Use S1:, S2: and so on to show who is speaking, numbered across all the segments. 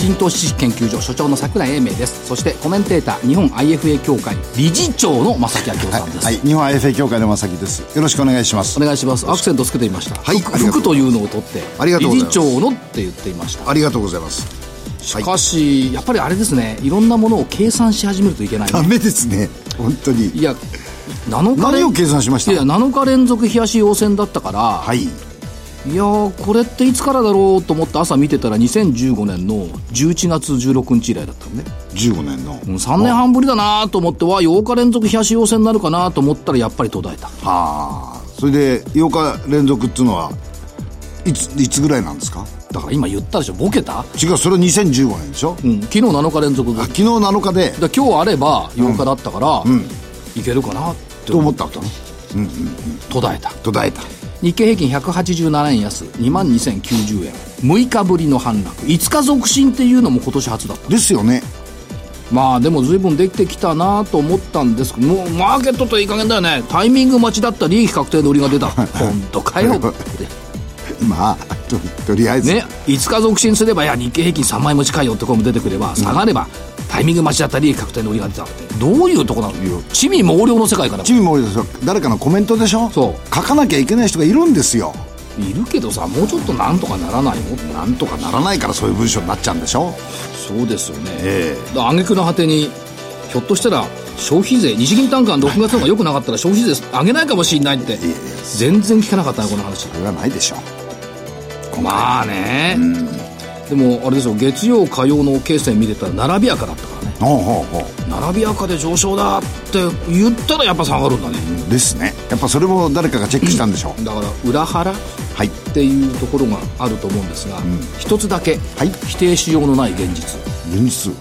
S1: 新投資知識研究所所長の桜井英明ですそしてコメンテーター日本 IFA 協会理事長の正木明夫さんです、
S2: はい、日本 IFA 協会の正木です。よろしくお願いします
S1: お。願いしますアクセントつけてみました、
S2: はい
S1: 服
S2: ありがと
S1: 服
S2: う
S1: というのを取って
S2: ありがとうございます
S1: 理事長のって言っていました
S2: ありがとうございます。
S1: しかし、やっぱりあれですねいろんなものを計算し始めるといけないね
S2: ダメですね。本当に。
S1: いや7日
S2: 何を計算しました
S1: いや7日連続冷やし陽線だったから、
S2: はい。
S1: い、やーこれっていつからだろうと思って朝見てたら2015年の11月16日以来だったのね
S2: 15年の。
S1: 3年半ぶりだなと思っては8日連続冷やし陽線になるかなと思ったらやっぱり途絶えた
S2: はあ。それで8日連続っていうのはいついつぐらいなんですか。
S1: だから今言ったでしょボケた、
S2: 違うそれ2015年でしょ。
S1: うん、昨日7日連続
S2: あ
S1: だか
S2: 昨日7日で
S1: ら今日あれば8日だったから、いけるかなって
S2: と思ったわけね。
S1: 途絶えた
S2: 途絶えた。
S1: 日経平均187円安2万2090円6日ぶりの反落5日続伸っていうのも今年初だった
S2: ですよね。
S1: まあでも随分できてきたなと思ったんですけどもうマーケットといい加減だよねタイミング待ちだった利益確定の売りが出た本当かよって
S2: まあととりあえず。
S1: ね5日続伸すればいや日経平均3枚持ちかよって声も出てくれば下がれば、タイミング待ちだった利益確定の売りが出たってどういうとこなのよ地味猛量の世界から
S2: チミモリですよ誰かのコメントでしょ
S1: そう
S2: 書かなきゃいけない人がいるんですよ
S1: いるけどさもうちょっとなんとかならないのなんとかな
S2: な
S1: ら
S2: らないからそういう文章になっちゃうんでしょ
S1: そうですよね、
S2: え
S1: だから挙句の果てにひょっとしたら消費税日銀短観6月の方が良くなかったら消費税上げないかもしれないって
S2: や
S1: 全然聞かなかったなこの話
S2: それはないでしょ
S1: まあねでもあれですよ月曜火曜の経線見てたら並びやかだったからね
S2: ほうほうほう
S1: 並びやかで上昇だって言ったらやっぱ下がるんだね
S2: ですねやっぱそれも誰かがチェックしたんでしょう、
S1: だから裏腹っ
S2: はい
S1: ていうところがあると思うんですが、一つだけ
S2: はい
S1: 否定しようのない現実
S2: 現実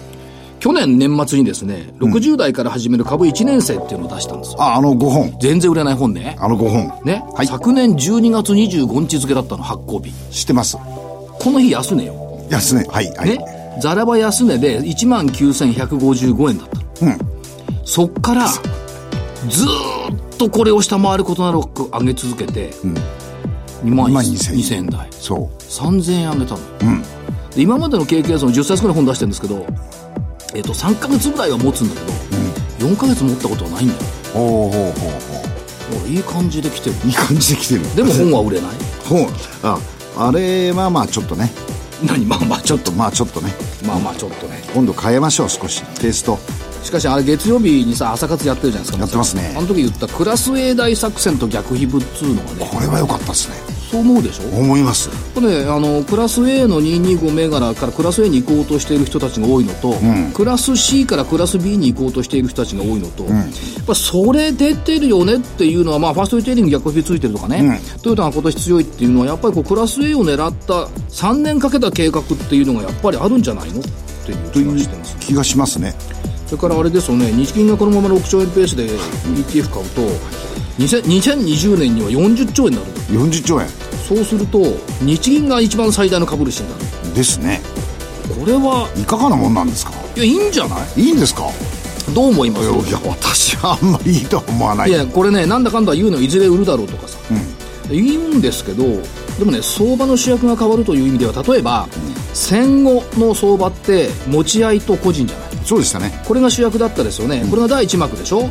S1: 去年年末にですね60代から始める株1年生っていうのを出したんですよ
S2: ああの5本
S1: 全然売れない本ね。
S2: あの5本
S1: ね、
S2: はい
S1: 昨年12月25日付だったの発行日。
S2: 知ってます
S1: この日安値よ。
S2: 安値はいはい、
S1: ね、ザラバ安値で19,155円だった。
S2: うん
S1: そっから、ずーっとこれを下回ることなく上げ続けて、2万
S2: 22,000
S1: 2000円台。
S2: そう
S1: 3000円上げたの。
S2: うん
S1: で今までの経験はその10冊ぐらい本出してるんですけど、えっ、と、3ヶ月ぐらいは持つんだけど、4ヶ月持ったことはないんだよ。
S2: ほうほうほうほ
S1: もういい感じで来てる。
S2: ういい感じで来てる
S1: でも本は売れない。
S2: 本ああれはまあちょっとね
S1: 何 まあまあちょっと、
S2: まあちょっとね
S1: まあまあちょっとね。
S2: 今度変えましょう少しテイスト
S1: しかしあれ月曜日にさ朝活やってるじゃないですか
S2: やってますね
S1: あの時言ったクラス A 大作戦と逆飛ぶっつうのがね
S2: これは良かったですね
S1: そう思うでしょ
S2: 思います
S1: これねあのクラス A の225銘柄からクラス A に行こうとしている人たちが多いのと、クラス C からクラス B に行こうとしている人たちが多いのと、やっぱそれ出てるよねっていうのは、まあ、ファーストリテイリング逆飛びついてるとかね、トヨタが今年強いっていうのはやっぱりこうクラス A を狙った3年かけた計画っていうのがやっぱりあるんじゃないのっていう気がしてます
S2: 気がしますね
S1: それからあれですよね、日銀がこのまま6兆円ペースで ETF 買うと、2000 2020年には40兆円になる。
S2: 40兆円
S1: そうすると、日銀が一番最大の株主になる。
S2: ですね
S1: これは、
S2: いかがなもんなんですか
S1: いや、いいんじゃない
S2: いいんですか
S1: どう思いま
S2: い
S1: す
S2: やいや私はあんまりいいとは思わないい
S1: や、これね、なんだかんだ言うの、いずれ売るだろうとかさ。言うんですけど、でもね、相場の主役が変わるという意味では、例えば、戦後の相場って、持ち合いと個人じゃない。
S2: そうでしたね
S1: これが主役だったですよね、これが第1幕でしょ、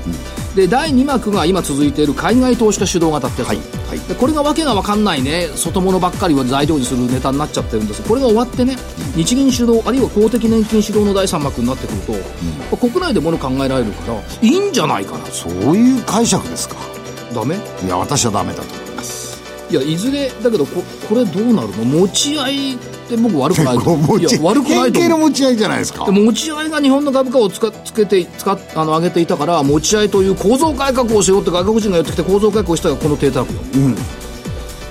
S1: で第2幕が今続いている海外投資家主導型ってやつ、
S2: はいはい
S1: でこれがわけが分かんないね外物ばっかりは材料にするネタになっちゃってるんですこれが終わってね日銀主導あるいは公的年金主導の第3幕になってくると、国内でもの考えられるからいいんじゃないかな
S2: そういう解釈ですか
S1: ダメ
S2: いや私はダメだと思います
S1: いやいずれだけどここれどうなるの持ち合いって僕悪 くないと
S2: こう
S1: 思ういや悪くないと
S2: 変形
S1: 思
S2: の
S1: う
S2: 持ち合いじゃないですか
S1: で持ち合いが日本の株価をつかつけてつかあの上げていたから持ち合いという構造改革をしようって外国人が寄ってきて構造改革をしたらこの低たらくよ、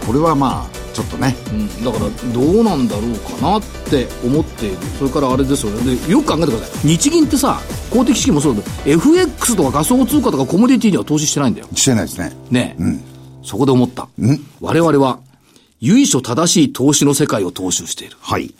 S2: これはまあちょっとね
S1: うん、だからどうなんだろうかなって思っているそれからあれですよねでよく考えてください日銀ってさ公的資金もそうだけど FX とか仮想通貨とかコモディティには投資してないんだよ
S2: してないですね
S1: ね、そこで思った。我々は、由緒正しい投資の世界を踏襲している。
S2: はい。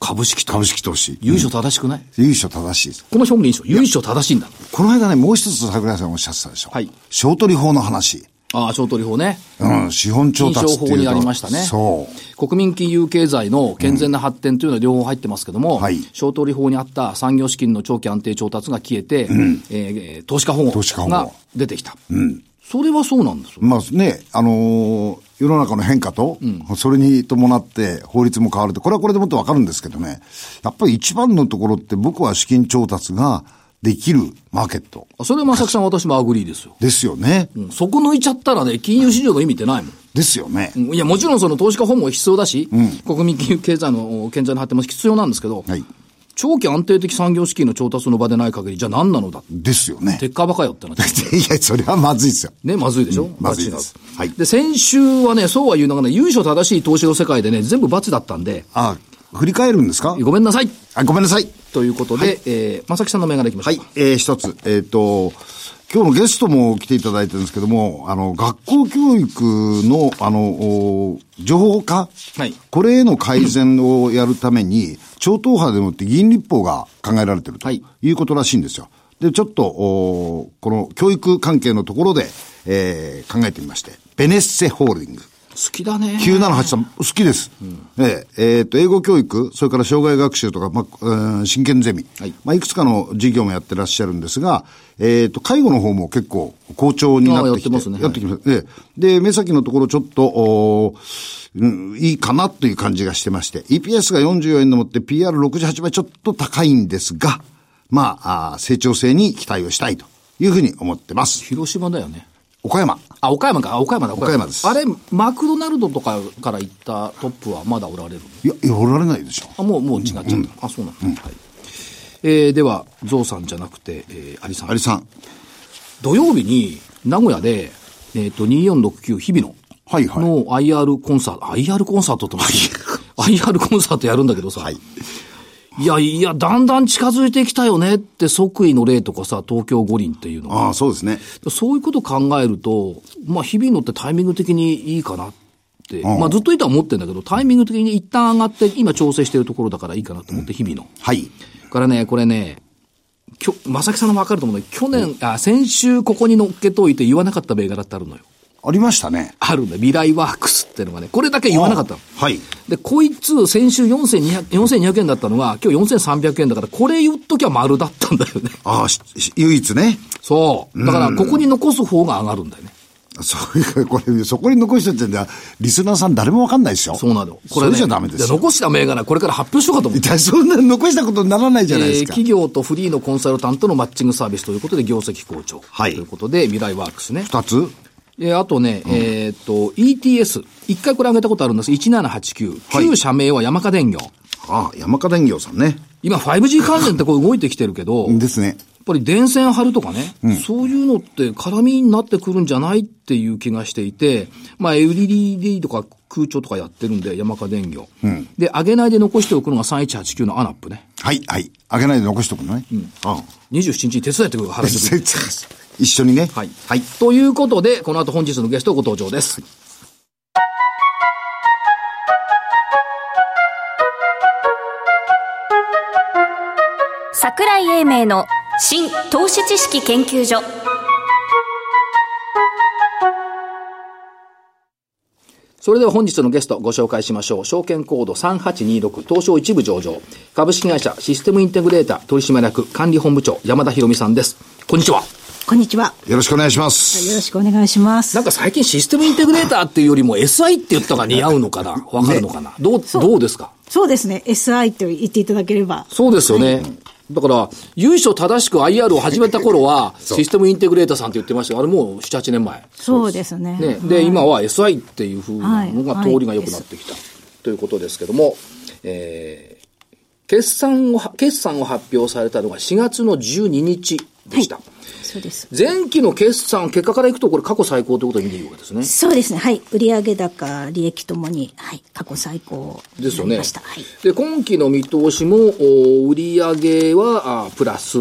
S1: 株式と。
S2: 株式投資。
S1: 由緒正しくない、
S2: 由緒正しいです。
S1: この表現いいでしょ由緒正しいんだ。
S2: この間ね、もう一つ桜井さんおっしゃってたでしょ。
S1: はい
S2: 小取法の話。
S1: ああ、小取法ね。
S2: うん、資本調達っていうと
S1: 金商法になりましたね
S2: そう。
S1: 国民金融経済の健全な発展というのは両方入ってますけども、
S2: はい
S1: 商取法にあった産業資金の長期安定調達が消えて、えーえー投資家保
S2: 投資家保
S1: 護
S2: 護
S1: が出てきた。それはそうなんですよ。
S2: まあね、あのー世の中の変化と、それに伴って法律も変わると、これはこれでもっとわかるんですけどね、やっぱり一番のところって僕は資金調達ができるマーケット
S1: あそれは正木さん、私もアグリーですよ。
S2: ですよね。
S1: うんそこ抜いちゃったらね、金融市場の意味ってないもん。
S2: ですよね。
S1: うんいや、もちろんその投資家保護は必要だし、国民金融経済の健全な発展も必要なんですけど、
S2: はい
S1: 長期安定的産業資金の調達の場でない限り、じゃあ何なのだ
S2: ですよね。
S1: 鉄火バカよってなっちゃう
S2: いや、それはまずいですよ。
S1: ね、まずいでしょ、
S2: まずいです
S1: 罰違う
S2: はい
S1: で、先週はね、そうは言うながら、ね、優勝正しい投資の世界でね、全部罰だったんで、
S2: あ、振り返るんですか
S1: ごめんなさい
S2: あごめんなさい。
S1: ということで、えー、まさきさんの銘柄いきましょ
S2: は
S1: う
S2: い。えー一つ。えっ、と、今日のゲストも来ていただいてるんですけども、あの、学校教育の、あの、お情報化。
S1: はい
S2: これへの改善をやるために、超党派でもって議員立法が考えられてると
S1: はい
S2: いうことらしいんですよ。で、ちょっと、おこの教育関係のところで、えー考えてみまして。ベネッセホールディング。
S1: 好きだね。
S2: 9783、好きです。えええーと、英語教育、それから障害学習とか、まあ、えー真剣ゼミ、
S1: はい
S2: い。まあ、いくつかの事業もやってらっしゃるんですが、えっ、と、介護の方も結構好調になってきて。
S1: あーやってますね
S2: やってきます。ええで、目先のところちょっと、おーうん、いいかなという感じがしてまして、EPS が44円でもって PR68 倍ちょっと高いんですが、まあ、あー成長性に期待をしたいというふうに思ってます。
S1: 広島だよね。
S2: 岡山。
S1: あ、岡山か、あ岡山だ、
S2: 岡山です
S1: あれ、マクドナルドとかから行ったトップはまだおられるの
S2: いや、いや、おられないでしょ。
S1: あ、もう、もう違っちゃった。あ、そうなんだ。はい。えー、では、ゾウさんじゃなくて、えー、アリさん。
S2: 有さん。
S1: 土曜日に、名古屋で、えっ、と、2469日々の、
S2: はいはい
S1: の IR コンサート、IR コンサートってのも IR コンサートやるんだけどさ、い、やいや、だんだん近づいてきたよねって即位の例とかさ、東京五輪っていうのが
S2: ああ、そうですね。
S1: そういうことを考えると、まあ、日々のってタイミング的にいいかなって、
S2: ん
S1: まあ、ずっといたは思ってんだけど、タイミング的に一旦上がって、今調整してるところだからいいかなと思って、日々の。
S2: はい。
S1: からね、これね、きょ、まさきさんのもわかると思うんだけど、去年、あ、先週ここに乗っけといて言わなかった銘柄ってあるのよ。
S2: ありましたね。
S1: あるんだよ。未来ワークスってのがね、これだけ言わなかったの。
S2: はい。
S1: で、こいつ、先週4200 4200円だったのが、今日4300円だから、これ言っときゃ丸だったんだよ ね。
S2: ああ、しし唯一ね。
S1: そう。だから、ここに残す方が上がるんだよね。
S2: そういう、 これ、そこに残しといてんだリスナーさん誰もわかんないですよ。
S1: そうなの。
S2: こ
S1: ね
S2: れ、それじゃダメで
S1: で
S2: すよ。
S1: 残した銘柄、これから発表しようかと思っ
S2: 一
S1: て。
S2: 体そんな残したことにならないじ
S1: え
S2: ゃないで
S1: ー
S2: すか。
S1: 企業とフリーのコンサルタントのマッチングサービスということで、業績好調。
S2: はい
S1: ということで、未来ワークスね。
S2: 二つ
S1: えーあとね、えーっと、ETS。一回これ上げたことあるんです。1789。
S2: はい
S1: 旧社名は山下電業。
S2: ああ、山下電業さんね。
S1: 今、5G 関連ってこう動いてきてるけど、
S2: ですね。
S1: やっぱり電線張るとかね、そういうのって絡みになってくるんじゃないっていう気がしていて、まあ、LED とか空調とかやってるんで、山下電業。で、上げないで残しておくのが3189のアナップね。
S2: はい、はい。あげないで残しとくのね。ああ。
S1: 27日に手伝ってくる原 宿。
S2: 全然一緒にね。
S1: はい。はい。ということで、この後本日のゲストご登場です。
S3: 桜井英明の新投資知識研究所
S1: それでは本日のゲストご紹介しましょう。証券コード3826東証一部上場。株式会社システムインテグレーター取締役管理本部長山田博美さんです。こんにちは。
S4: こんにちは。
S2: よろしくお願いしま
S4: よ
S2: す。
S4: ろしくお願いしま
S1: な
S4: す
S1: ん。か最近システムインテグレーターっていうよりも SI って言ったが似合うのかなわかるのかな、どう、どうですか
S4: そうですね。SI と言っていただければ。
S1: そうですよね。だから、由緒正しく IR を始めた頃は、システムインテグレーターさんって言ってましたが、あれもう7、8年前。
S4: そうですね。
S1: ね、で、
S4: はい
S1: 今は SI っていうふうなのが
S4: はい
S1: 通りが良くなってきた、ということですけども、えー、決算を、決算を発表されたのが4月の12日でした。
S4: そうです。
S1: 前期の決算、結果からいくと、これ過去最高ということを見ていいわけですね。
S4: そうですね。はい。売上高、利益ともに、はい。過去最高に
S1: です
S4: な
S1: よね
S4: りました。はい。。
S1: で、今期の見通しも、お売上はあプラス。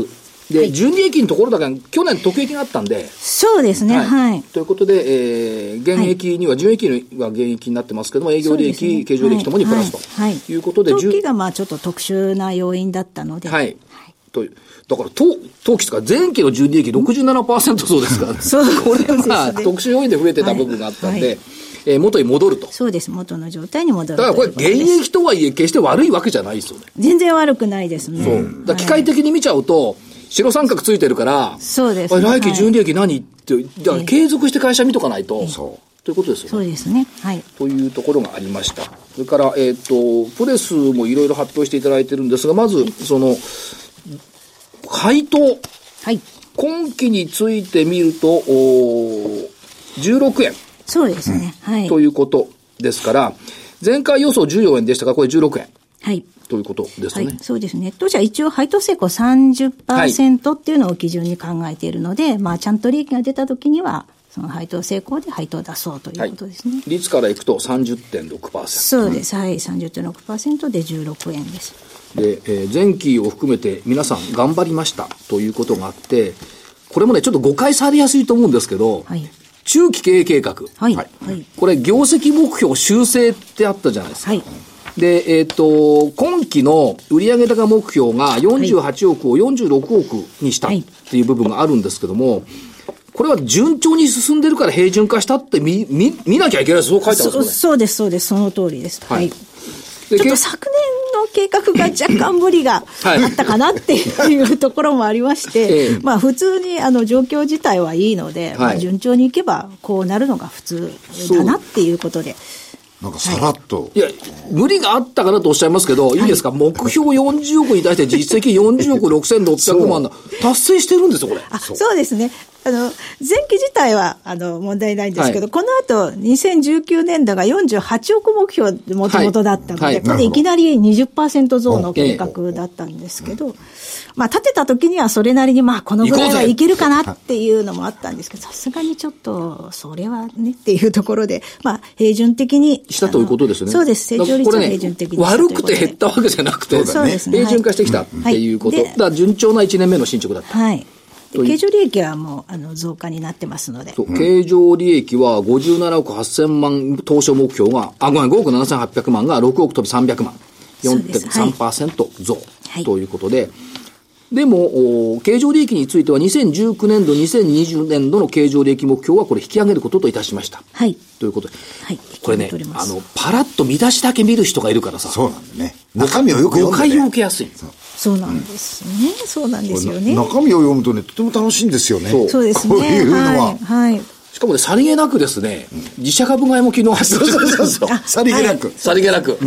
S1: で、純利益のところだけ、去年、特益があったんで、
S4: そうですね、はい。
S1: ということで、えー、現益には、純益には現益になってますけども、営業利
S4: そうです
S1: 益、
S4: ね
S1: 経常利益ともにプラスと、、
S4: はい
S1: うことで、
S4: はい、
S1: 純
S4: 時がまあちょっと特殊な要因だったので、
S1: はい。というだから、当当期とか、前期の純利益67%そうですから、
S4: そうですね
S1: これはまあ、
S4: そうですね
S1: 特殊要因で増えてた部分があったんで、
S4: はいはい
S1: えー元に戻ると。
S4: そうです元の状態に戻る
S1: だからこれ、
S4: という
S1: 現
S4: とです
S1: 役とはいえ、決して悪いわけじゃないですよね。
S4: 全然悪くないですね。
S1: そう。だから機
S4: はい
S1: 械的に見ちゃうと、白三角ついてるから、
S4: そうです
S1: あ
S4: ね
S1: 来
S4: は
S1: 期
S4: い
S1: 純利益何って、だから継続して会社見とかないと、
S2: そう
S1: ということですよね。
S4: そうですね。はい。
S1: というところがありました。それから、えっ、と、プレスもいろいろ発表していただいてるんですが、まず、その、配当、
S4: はい。
S1: 今期についてみると、おー16円
S4: そうですね。はい。
S1: ということですから、前回予想14円でしたが、これ16円
S4: はい。
S1: ということです
S4: は
S1: ね。
S4: い、そうですね。当社は一応配当成功30%っていうのを基準に考えているので、まあちゃんと利益が出た時には、その配当成功で配当を出そうということですね。
S1: 率からいくと30.6%。
S4: そうです。はい。30.6%で16円です。
S1: で、えー前期を含めて皆さん頑張りましたということがあって、これもね、ちょっと誤解されやすいと思うんですけど、
S4: はい
S1: 中期経営計画。
S4: はい。はい。
S1: これ、業績目標修正ってあったじゃないですか。
S4: はい。
S1: で、えっ、と、今期の売上高目標が48億を46億にした
S4: はい
S1: っていう部分があるんですけども、これは順調に進んでるから平準化したって見、見、見なきゃいけないそう書いてあるん
S4: そ
S1: です
S4: そうです、そうです。その通りです。
S1: は
S4: はいい。
S1: よね。で
S4: ちょっ
S1: け
S4: と昨年の計画が若干無理 が
S1: はい
S4: あったかなっていうところもありまし
S1: え
S4: て、
S1: え
S4: まあ普通にあの状況自体はいいので、ま
S1: は
S4: あ
S1: い
S4: 順調にいけばこうなるのが普通だなっていうことで。
S2: なんかさらっと、
S1: いや、無理があったかなとおっしゃいますけど、いいですか、目標40億に対して実績40億6600万の、達成してるんですよ、これ。
S4: あそうですね。あの、前期自体は、あの、問題ないんですけ
S1: は
S4: ど、
S1: い
S4: この後、2019年度が48億目標でもともとだったので、
S1: はいはい
S4: これでいきなり20%増の計画だったんですけど、まあ、立てた時にはそれなりに、まあ、このぐらい
S1: 行こ
S4: は
S1: うぜ
S4: いけるかなっていうのもあったんですけど、さすがにちょっと、それはねっていうところで、まあ、平準的に。
S1: したということですよね。
S4: あのそうです。成長率
S1: だ
S4: は
S1: からこれね
S4: 平準的にしたという
S1: 悪
S4: こと
S1: く
S4: で。
S1: て減ったわけじゃなくて、
S4: そうですね
S1: 平準化してきたっていうこと。
S4: はい
S1: だから順調な1年目の進捗だった。
S4: はい。で
S1: という
S4: 経常利益はもう、あの、増加になってますので。
S1: そう経常利益は57億8000万当初目標が、あ、ごめん、5億7800万が6億飛び300万。
S4: そうですはい
S1: 4.3%増
S4: はい
S1: ということで、でも、お経常利益については2019年度、2020年度の経常利益目標はこれ引き上げることといたしました。
S4: はい。
S1: ということで、
S4: はい
S1: これね
S4: 引き上げており、ま
S1: あ
S4: す
S1: の、パラッと見出しだけ見る人がいるからさ、
S2: そうなんだね。中身をよく
S1: 誤
S2: 読ん
S1: 解
S2: で、
S1: を
S2: ね。
S1: 受けやすい。
S4: そうなんですね。そうなんですよね。
S2: 中身を読むとね、とても楽しいんですよね。
S1: そう
S4: そうですね。
S2: こういうのは。
S4: はい。はい。
S1: しかもね、さりげなくですね、自社株買いも昨日発表したんですよ。
S2: さりげなく。
S1: さりげなく、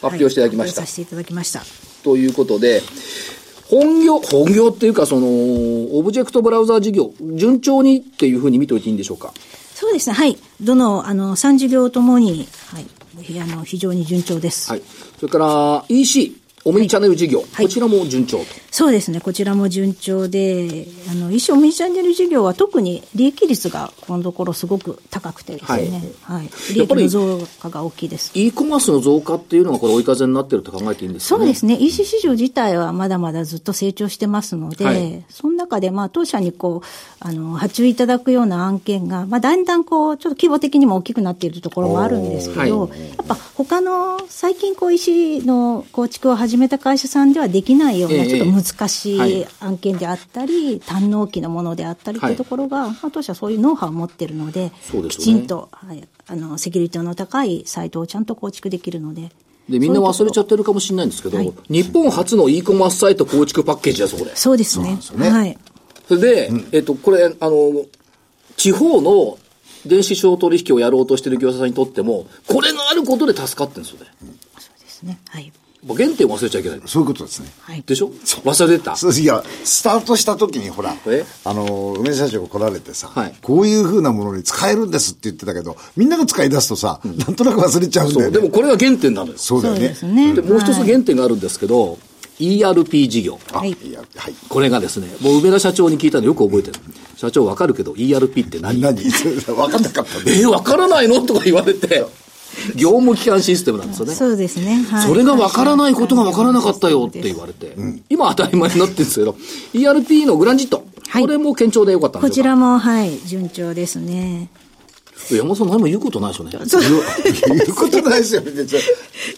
S1: 発表していただきました。
S4: はい発表させていただきました。
S1: ということで、本業、本業っていうか、その、オブジェクトブラウザー事業、順調にっていうふうに見ておいていいんでしょうか。
S4: そうですね。はい。どの、あの、三事業ともに、はい。あの、非常に順調です。
S1: はい。それから、EC、オムニチャンネル事業、
S4: はい
S1: こちらも順調と。
S4: そうですね。こちらも順調で、あの、衣装ミニチャンネル事業は特に利益率がこのところすごく高くてですね。はい。利
S1: やっ
S4: 益
S1: ぱり
S4: の増加が大きいです。
S1: e コマースの増加っていうのが、これ追い風になってると考えていいんです
S4: そ
S1: かね。
S4: うですね。EC 市場自体はまだまだずっと成長してますので、
S1: はい
S4: その中で、まあ、当社にこう、あの、発注いただくような案件が、まあ、だんだんこう、ちょっと規模的にも大きくなっているところもあるんですけど、
S1: おー
S4: やっぱ他の、最近こう、EC の構築を始めた会社さんではできないよう
S1: え
S4: な、
S1: え
S4: ちょっと難し
S1: はいい
S4: 案件であったり、堪能期のものであったりと
S1: はいいう
S4: ところが、まあ、当社そういうノウハウを持ってるので、
S1: そうですよね
S4: きちんと、はい、あの、セキュリティの高いサイトをちゃんと構築できるので、
S1: で、みんな
S4: そういうとこ
S1: 忘
S4: ろ
S1: れちゃってるかもしれないんですけど、
S4: はい
S1: 日本初の e コマースサイト構築パッケージだぞ、これ。
S4: そうですね。
S2: うなんですよね
S4: はい。
S1: それで、えっと、これ、あの、地方の電子商取引をやろうとしてる業者さんにとっても、これがあることで助かってるんですよね。
S4: そうですね。はい。
S1: やっぱ原点を忘れちゃいけない。
S2: そういうことですね。
S4: はい。
S1: でしょ忘れてた。
S2: そういや、スタートした時にほら
S1: え、
S2: あの、梅社長が来られてさ、
S1: はい
S2: こういう風なものに使えるんですって言ってたけど、みんなが使い出すとさ、なんとなく忘れちゃうんだ
S1: そ
S2: よ
S1: う。で
S2: ね。
S1: もこれが原点なのよ。
S2: そうだよ
S4: そう
S2: ね
S4: で。すね。
S1: で、もう一つ
S4: はい
S1: 原点があるんですけど、ERP 事業。
S2: あ
S4: はい
S2: いや、はい。
S1: これがですね、もう梅田社長に聞いたのよく覚えてる。社長 わかるけど ERP って何
S2: 何分かんなかったね。
S1: えー、わからないのとか言われて。業務機関システムなんですよね。
S4: そうですね。はい
S1: それが分からないことが分からなかったよって言われて、今当たり前になってるんですけど、ERP のグランジット、
S4: はい
S1: これも堅調でよかったん
S4: こ
S1: です
S4: ち
S1: よ。
S4: らも、はい、順調ですね。
S1: 山本さん何も言うことないでしょうね。
S4: そう、
S2: 言うことないですよ、別に。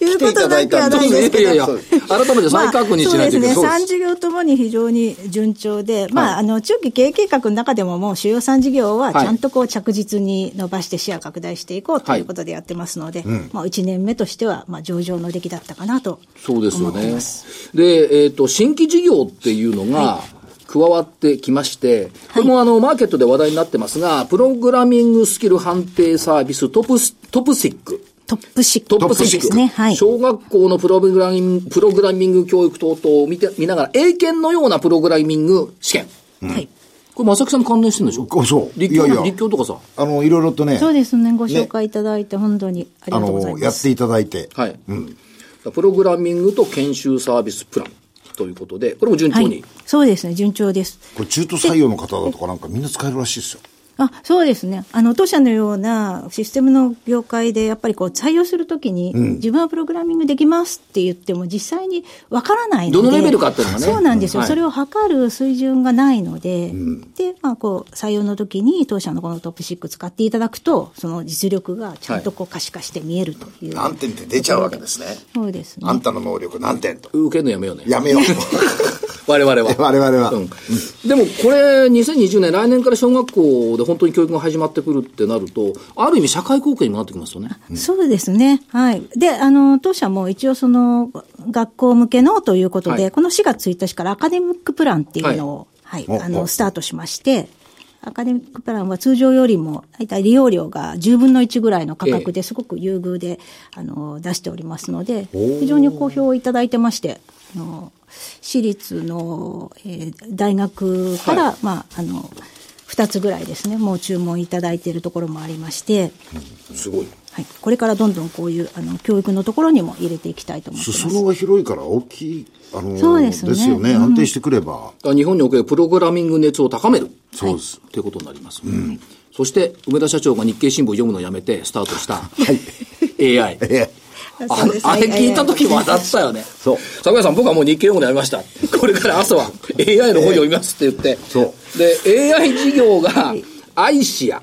S4: いうことなくはないんですけど。
S1: いやいやいや、改めて再確認しないといけない。
S4: まあ、そうですね。3事業ともに非常に順調で、まあ、あの、中期経営計画の中でももう主要3事業はち
S1: はい
S4: ゃんとこう着実に伸ばしてシェア拡大していこうということでやってますので、まあ、1年目としては、まあ、上々の出来だったかなと。
S1: そうですよ
S4: 思って
S1: ね
S4: ま。
S1: で、えっ、と、新規事業っていうのが、加わってきまして、これもあの、マーケットで話題になってますが、プログラミングスキル判定サービストプス、トプシック。
S4: トップ6。
S1: トップシック
S4: ですね。はい。
S1: 小学校のプログラミング、プログラミング教育等々を見て、見ながら、英検のようなプログラミング試験。
S4: はい。
S1: これ、正木さんも関連してるんでしょ
S2: あそう
S1: 立教
S2: いやいや
S1: 立教とかさ。
S2: あの、いろいろとね、
S4: そうですね。ご紹介いただいて、本当にあり
S2: あ
S4: がとうござい
S2: の、や
S4: ま
S2: っ
S4: す。
S2: ていただいて。
S1: はい。プログラミングと研修サービスプランということで、これも順調
S4: は
S1: に。
S4: い。そうですね。順調です。
S2: これ中途採用の方だとかなんかみんな使えるらしいですよ。
S4: あそうですねあの当社のようなシステムの業界でやっぱりこう採用するときに、自分はプログラミングできますって言っても実際にわからないので
S1: どのレベルかっていうのがね
S4: そうなんですよ、
S1: はい
S4: それを測る水準がないので、で、まあ、こう採用の時に当社のこのトップ6使っていただくとその実力がちゃんとこう可視化して見えるという、
S2: 何点って出ちゃうわけですね。
S4: そうですね
S2: あんたの能力何点と。
S1: 受けるのやめようね。
S2: やめよう。
S1: 我々は。
S2: 我々は
S1: うん。でもこれ、2020年、来年から小学校で本当に教育が始まってくるってなると、ある意味社会貢献にもなってきますよね。
S4: そうですね。はい。で、あの、当社も一応その、学校向けのということで、
S1: はい
S4: この4月1日からアカデミックプランっていうのを、はい、
S2: お
S4: あ
S2: お
S4: の、スタートしまして、アカデミックプランは通常よりも、大体利用料が10分の1ぐらいの価格
S1: え
S4: ですごく優遇で、あの、出しておりますので、非常に好評をいただいてまして、あの、私立の、えー大学から、
S1: は
S4: まあ、あの、2つぐらいですね、もう注文いただいているところもありまして、
S1: すごい。
S4: はい、これからどんどんこういうあの教育のところにも入れていきたいと思ってます。
S2: 裾野が広いから大きい、あのー
S4: そうですね
S2: よね。
S4: うん
S2: 安定してくれば。
S1: 日本におけるプログラミング熱を高める。
S2: そうです。
S1: ということになります。そして、梅田社長が日経新聞を読むのをやめてスタートした、AI。
S2: え
S1: あのあれ聞いた時も当たったよね。そう。桜井さん、僕はもう日経読むのやめました。これから朝は AI の本読みますって言って。。
S2: そう
S1: で、AI 事業が、アイシア。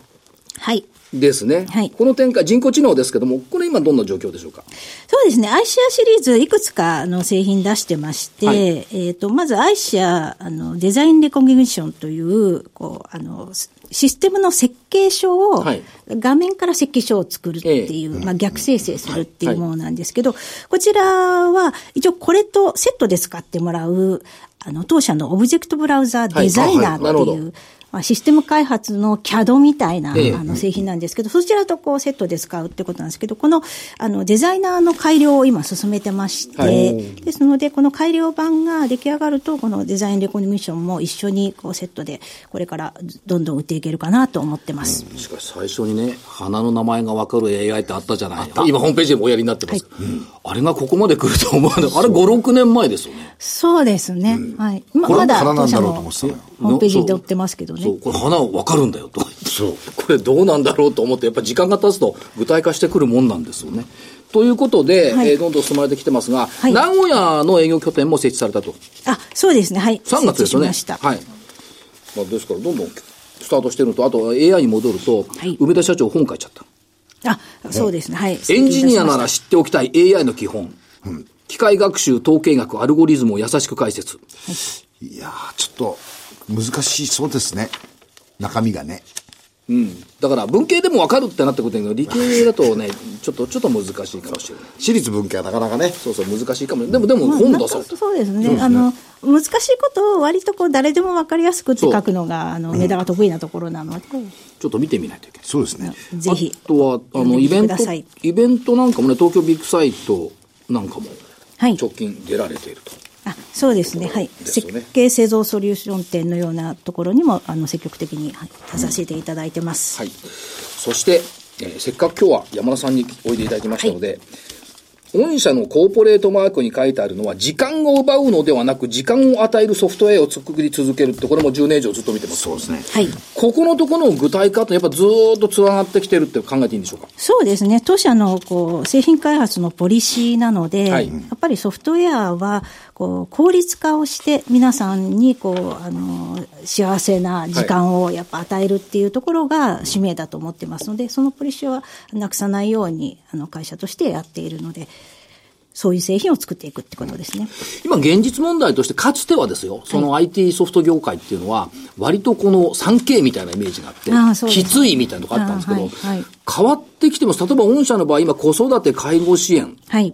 S4: はい。
S1: ですね、
S4: はい
S1: この展開、人工知能ですけども、これ今どんな状況でしょうか。
S4: そうですね。アイシアシリーズいくつかあの製品出してまして、
S1: はい
S4: えっ、と、まずアイシア、あの、デザインレコグニションという、こう、あの、シシステムの設計書を、
S1: はい
S4: 画面から設計書を作るっていう、まあ逆生成するってい
S1: は
S4: う
S1: い
S4: ものなんですけど、こちらは一応これとセットで使ってもらう、あの、当社のオブジェクトブラウザーデザイナーって
S1: はいあはいなる
S4: い
S1: ほ
S4: う、まあシステム開発の CAD みたいな、
S1: ええ
S4: あの製品なんですけど、そちらとこうセットで使うってことなんですけど、このあのデザイナーの改良を今進めてまして、
S1: はい
S4: ですので、この改良版が出来上がると、このデザインレコグニションも一緒にこうセットで、これからどんどん売っていけるかなと思ってます。
S1: しかし最初にね、花の名前がわかる AI ってあったじゃない。今ホームページでもおやりになってます。うんあれがここまで来ると思わない。あれ5、6年前ですよね。
S4: そうですね。はい。ま
S2: これ
S4: まだ
S2: からな
S4: 当
S2: んだ
S4: 社
S2: ろうと思
S4: もホ
S2: ってたのよ
S4: ームページで売ってますけどね。
S1: そう、これ花わかるんだよと。
S2: そう。
S1: これどうなんだろうと思って、やっぱ時間が経つと具体化してくるもんなんですよね。ということで、
S4: はい
S1: えーどんどん進まれてきてますが、
S4: はい
S1: 名古屋の営業拠点も設置されたと。
S4: あ、そうですね。はい。
S1: 3月ですよね。
S4: 設置しました。
S1: はい。まあ、ですから、どんどんスタートしてるのと、あと AI に戻ると、
S4: はい
S1: 梅田社長本書いちゃった。
S4: あ、そうですね。はい。
S1: エンジニアなら知っておきたい AI の基本。機械学習、統計学、アルゴリズムを優しく解説。
S2: いやー、ちょっと難しそうですね。中身がね。
S1: だから、文系でもわかるってなってくるんだけど、理系だとね、ちょっと、ちょっと難しいかもしれない。
S2: 私立文系はなかなかね。
S1: そうそう、難しいかもしれない。でも、でも、
S4: まあ
S1: 本出さ
S4: なん
S1: れた
S4: かそうですね。あの、難しいことを割とこう誰でも分かりやすくって書くのが、あの、メダが得意なところなので、
S1: ちょっと見てみないといけない。
S2: そうですね。
S4: ぜひ。
S1: あとは、あの、イベント
S4: 読んでみてください、
S1: イベントなんかもね、東京ビッグサイトなんかも、
S4: はい
S1: 直近出られていると。
S4: あそうですね、はい、
S1: です
S4: 設
S1: よね
S4: 計製造ソリューション店のようなところにもあの積極的にはい出させていただいてます。
S1: はい。そして、えーせっかく今日は山田さんにおいでいただきましたので、御社のコーポレートマークに書いてあるのは、時間を奪うのではなく、時間を与えるソフトウェアを作り続けるって、これも10年以上ずっと見てます。
S2: そうですね。
S4: はい。
S1: ここのところの具体化と、やっぱずっとつながってきてるって考えていいんでしょうか
S4: そうですね。当社の、こう、製品開発のポリシーなので、はい、やっぱりソフトウェアは、こう、効率化をして、皆さんに、こう、あの、幸せな時間をやっぱ与えるっていうところが使命だと思ってますので、そのポリシーはなくさないように、あの、会社としてやっているので、そういう製品を作っていくってことですね。
S1: 今、現実問題として、かつてはですよ、その IT ソフト業界っていうのは、割とこの 3K みたいなイメージがあって、ああきついみたいなとこあったんですけど、はいはい、変わってきてます。例えば、御社の場合、今、子育て介護支援。
S4: はい。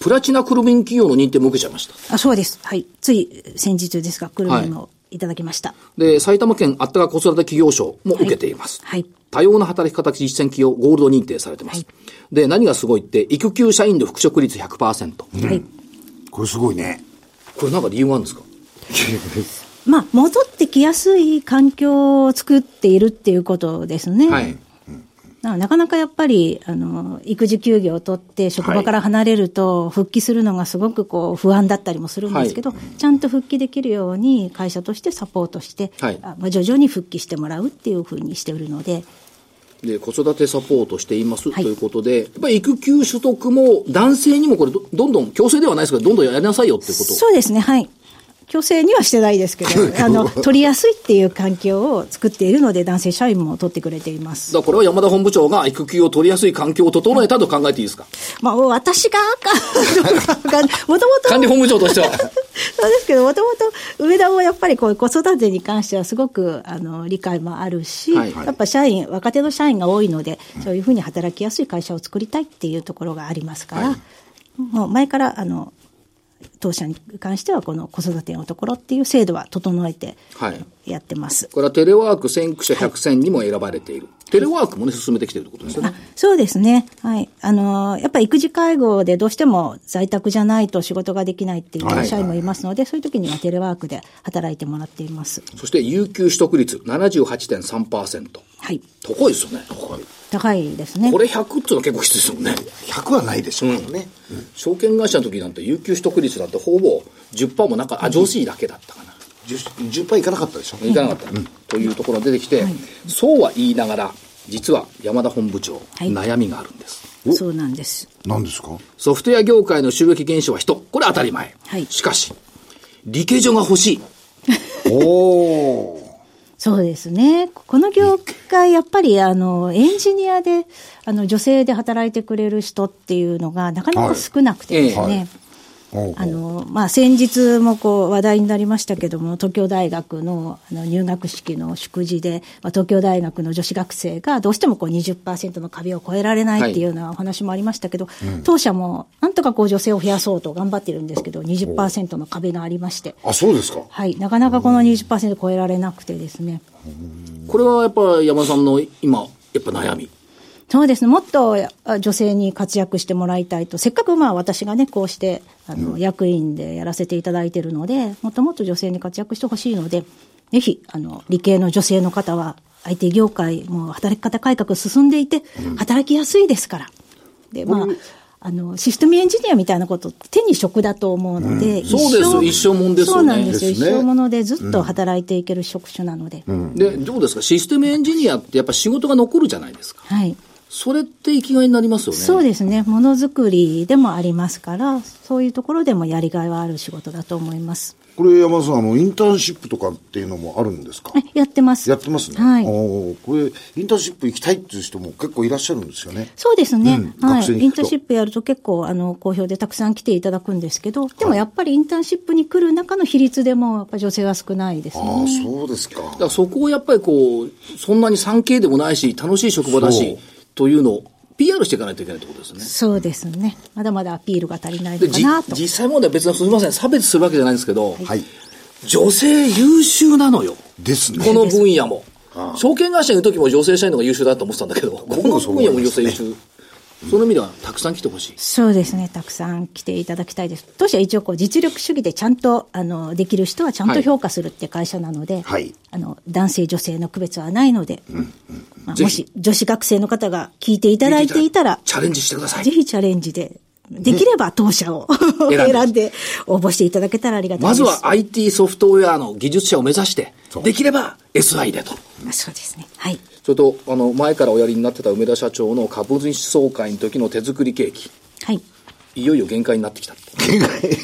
S1: プラチナクルミン企業の認定も受けちゃいました。。
S4: あそうです。はい。つい先日ですが、クルミンの、い、ただきました、はい
S1: で、埼玉県あったか子育て企業賞も受けています。
S4: はい、はい
S1: 多様な働き方実践企業ゴールド認定されてます。はい、で、何がすごいって、育休社員の復職率
S2: 100%。はい、うん。これすごいね。
S1: これなんか理由があるんですか
S4: まあ、戻ってきやすい環境を作っているっていうことですね。
S1: はい。
S4: なかなかやっぱり、あの、育児休業を取って職場から離れると、復帰するのがすごくこう、不安だったりもするんですけど、はい、ちゃんと復帰できるように会社としてサポートして、はい、まあ、徐々に復帰してもらうっていうふうにしているので。
S1: で、子育てサポートしています、はい、ということで、やっぱり育休取得も男性にもこれど、どんどん強制ではないですけど、どんどんやりなさいよっていうこと
S4: そうですね、はい。強制にはして ないですけど、あの、取りやすいっていう環境を作っているので、男性社員も取ってくれています。
S1: だこれは山田本部長が育休を取りやすい環境を整えたと考えていいですか
S4: まあ、私が、 もともと。
S1: 管理本部長として は。、
S4: そうですけど、もともと上田もやっぱりこう子育てに関してはすごくあの理解もあるし、はいはい、やっぱ社員、若手の社員が多いので、そういうふうに働きやすい会社を作りたいっていうところがありますから、はい、もう前からあの当社に関してはこの子育てのところっていう制度は整えてやってます、はい
S1: これはテレワーク先駆者100選にも選ばれている、はい、テレワークもね進めてきてるってことですね
S4: そうですねはいあのー、やっぱり育児介護でどうしても在宅じゃないと仕事ができないっていう社員もいますので、はいはい、そういう時にはテレワークで働いてもらっています
S1: そして有給取得率78.3%
S4: はい
S1: 高いですよね
S2: 高い
S4: 高いですね。
S1: これ100っていうのは結構きついですもんね。
S2: 100はないでしょうね、うんね
S1: うん、証券会社の時なんて、有給取得率なんてほぼ10%もなかあ、上司だけだったかな。
S2: 10%, 10いかなかったでしょ。
S1: いかなかった。うん、というところが出てきて、はい、そうは言いながら、実は山田本部長、はい、悩みがあるんです。
S4: そうなんです。
S2: 何ですか
S1: ソフトウェア業界の収益減少は人。これ当たり前。
S4: はい、
S1: しかし、理系所が欲しい。
S2: お ー。
S4: そうですね。この業界、やっぱり、あの、エンジニアで、あの、女性で働いてくれる人っていうのが、なかなか少なくてですね。はいえーあの、まあ、先日もこう話題になりましたけども、東京大学のあの入学式の祝辞で、まあ、東京大学の女子学生がどうしてもこう20%の壁を超えられないっていうようなお話もありましたけど、はいうん、当社もなんとかこう女性を増やそうと頑張ってるんですけど、20%の壁がありまして。
S2: あ、そうですか
S4: はい。なかなかこの20%超えられなくてですね。
S1: これはやっぱ山田さんの今、やっぱ悩み
S4: そうですね、もっと女性に活躍してもらいたいと、せっかくまあ私がね、こうしてあの、うん、役員でやらせていただいているので、もっともっと女性に活躍してほしいので、ぜひあの理系の女性の方は、IT 業界、も働き方改革進んでいて、うん、働きやすいですから。でまあ、うんあの、システムエンジニアみたいなこと手に職だと思うので、
S1: うん、そうです、一生もんですよね。
S4: そうなんですよ、すね、一生ものでずっと働いていける職種なので、
S1: うんうん、で、どうですか、システムエンジニアってやっぱ仕事が残るじゃないですか。
S4: はい。
S1: それって生きがいになりますよね。
S4: そうですね。ものづくりでもありますから、そういうところでもやりがいはある仕事だと思います。
S2: これ山田さんあのインターンシップとかっていうのもあるんですか
S4: やってます
S2: やってますね、
S4: はい、
S2: おこれインターンシップ行きたいっていう人も結構いらっしゃるんですよね
S4: そうですね、うん、はい、インターンシップやると結構あの好評でたくさん来ていただくんですけどでもやっぱりインターンシップに来る中の比率でもやっぱ女性は少ないですね
S2: ああそうですかだ
S1: からそこをやっぱりこうそんなに産経でもないし楽しい職場だしというのを PR していかないといけないってことですね。
S4: そうですね。まだまだアピールが足りないのかなと。
S1: 実際問題は別にすみません、差別するわけじゃないんですけど、
S2: はい、
S1: 女性優秀なのよ。
S2: ですね。
S1: この分野も。ああ証券会社にいる時も女性社員の方が優秀だと思ってたんだけど、 ここの分野も女性優秀。その意味では、たくさん来てほしい。
S4: そうですね。たくさん来ていただきたいです。当社は一応、こう、実力主義でちゃんと、あの、できる人はちゃんと評価するって会社なので、
S2: はい、
S4: あの、男性、女性の区別はないので、うんうんまあ、もし、女子学生の方が聞いていただいていたら、
S1: チャレンジしてください。
S4: ぜひチャレンジで、できれば当社を 選んで応募していただけたらありがたいです。
S1: まずは IT ソフトウェアの技術者を目指して、できれば SI でと。
S4: まあ、そうですね。はい。
S1: それと、あの、前からおやりになってた梅田社長の株主総会の時の手作りケーキ。
S4: はい。
S1: いよいよ限界になってきた。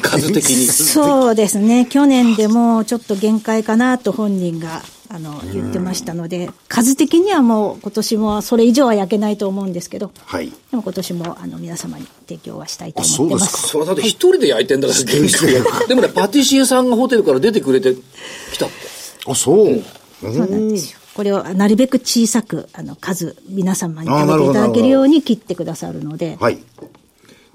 S1: 数的 に。
S4: そうですね。去年でもちょっと限界かなと本人があの言ってましたので、数的にはもう今年もそれ以上は焼けないと思うんですけど、
S2: はい、で
S4: も今年もあの皆様に提供はしたいと思ってます。
S1: それだって一人で焼いてんだから、はい、でもね、パティシエさんがホテルから出てくれてきたって。
S2: あ、そう。うん、
S4: そうなんですよ。これをなるべく小さく、あの、数、皆様に食べていただけるように切ってくださるので。
S2: はい。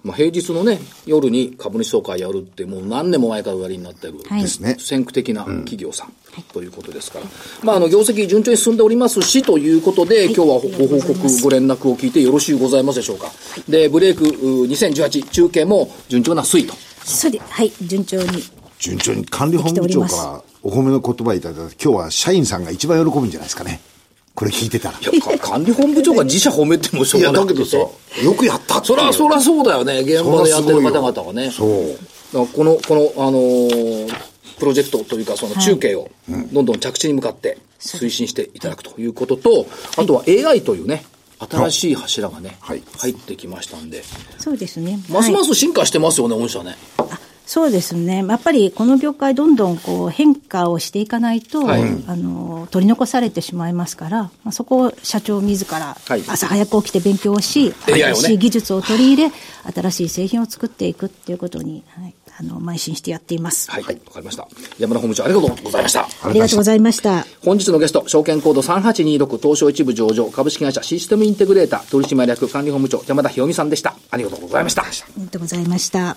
S1: まあ、平日のね、夜に株主総会やるって、もう何年も前からおやりになってる、
S2: はい、先
S1: 駆的な企業さん、うん、ということですから、はい、まあ、あの業績順調に進んでおりますしということで、はい、今日はご報告、ご連絡を聞いてよろしゅうございますでしょうか。はい、で、ブレイク2018中継も順調な推移と。
S4: そうで、はい、順調に。
S2: 順調に管理本部長からお褒めの言葉いただいて、今日は社員さんが一番喜ぶんじゃないですかね。これ聞いてたら。。
S1: い や、管理本部長が自社褒めてもしょうがない。
S2: いだけどさ、よくやったって
S1: そら、そらそうだよね。現場でやってる方々がね。
S2: そう。
S1: だこの、この、あのー、プロジェクトというか、その中継を、どんどん着地に向かって推進していただくということと、あとは AI というね、新しい柱がね、はい、入ってきましたんで。
S4: そうですね。
S1: ますます進化してますよね、御社ね。
S4: そうですね。やっぱりこの業界どんどんこう変化をしていかないと、はい、あの、取り残されてしまいますから、まあ、そこを社長自ら朝早く起きて勉強をし、はい、新しい技術を取り入れ、新しい製品を作っていくっていうことに、はい、あの、邁進してやっています。
S1: はい、わ、かりました。山田本部長ありがとうございました。
S4: ありがとうございました。
S1: 本日のゲスト、証券コード3826東証一部上場株式会社システムインテグレーター取締役管理本部長山田ひよみさんでした。ありがとうございました。あ
S4: りがとうございました。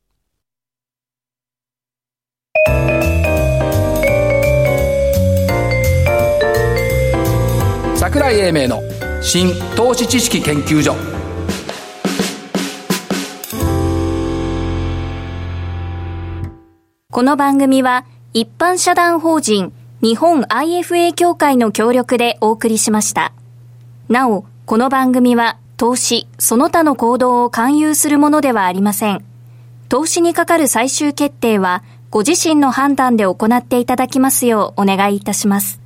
S1: 桜井英明の新投資知識研究所
S3: この番組は一般社団法人日本 IFA 協会の協力でお送りしましたなおこの番組は投資その他の行動を勧誘するものではありません投資にかかる最終決定はご自身の判断で行っていただきますようお願いいたします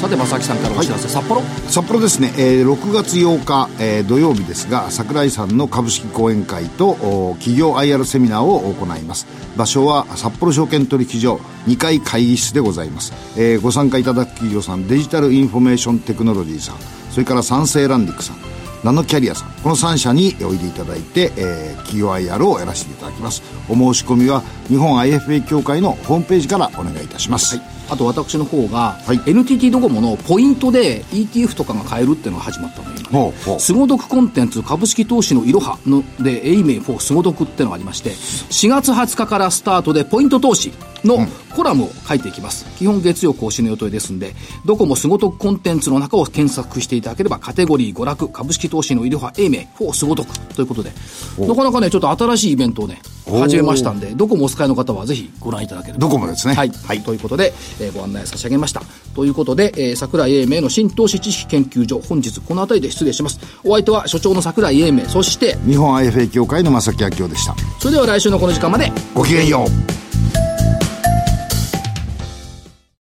S1: さて正木さんからお知らせ、はい、札幌
S2: 札幌ですね、えー、6月8日、えー、土曜日ですが櫻井さんの株式講演会と企業 IR セミナーを行います場所は札幌証券取引所2階会議室でございます、えー、ご参加いただく企業さんデジタルインフォメーションテクノロジーさんそれから三成ランディックさんナノキャリアさんこの3社においでいただいて、えー、企業 IR をやらせていただきますお申し込みは日本 IFA 協会のホームページからお願いいたします、はい
S1: あと私の方が、はい、NTT ドコモのポイントで ETF とかが買えるっていうのが始まったのよ今、ね、スゴドクコンテンツ株式投資のいろはのでエイメイ4スゴドクっていうのがありまして4月20日からスタートでポイント投資のコラムを書いていきます、うん、基本月曜更新の予定ですんでドコモスゴドクコンテンツの中を検索していただければカテゴリー娯楽株式投資のいろはエイメイ4スゴドクということでなかなかねちょっと新しいイベントをね始めましたんでドコモお使いの方はぜひご覧いただければ
S2: ドコモですね
S1: はい、はい、ということでえご案内差し上げました。ということで、えー、桜井英明の新投資知識研究所、本日この辺りで失礼します。お相手は所長の桜井英明、そして、
S2: 日本 IFA 協会の正木明夫でした。
S1: それでは来週のこの時間まで、
S2: ごきげんよう。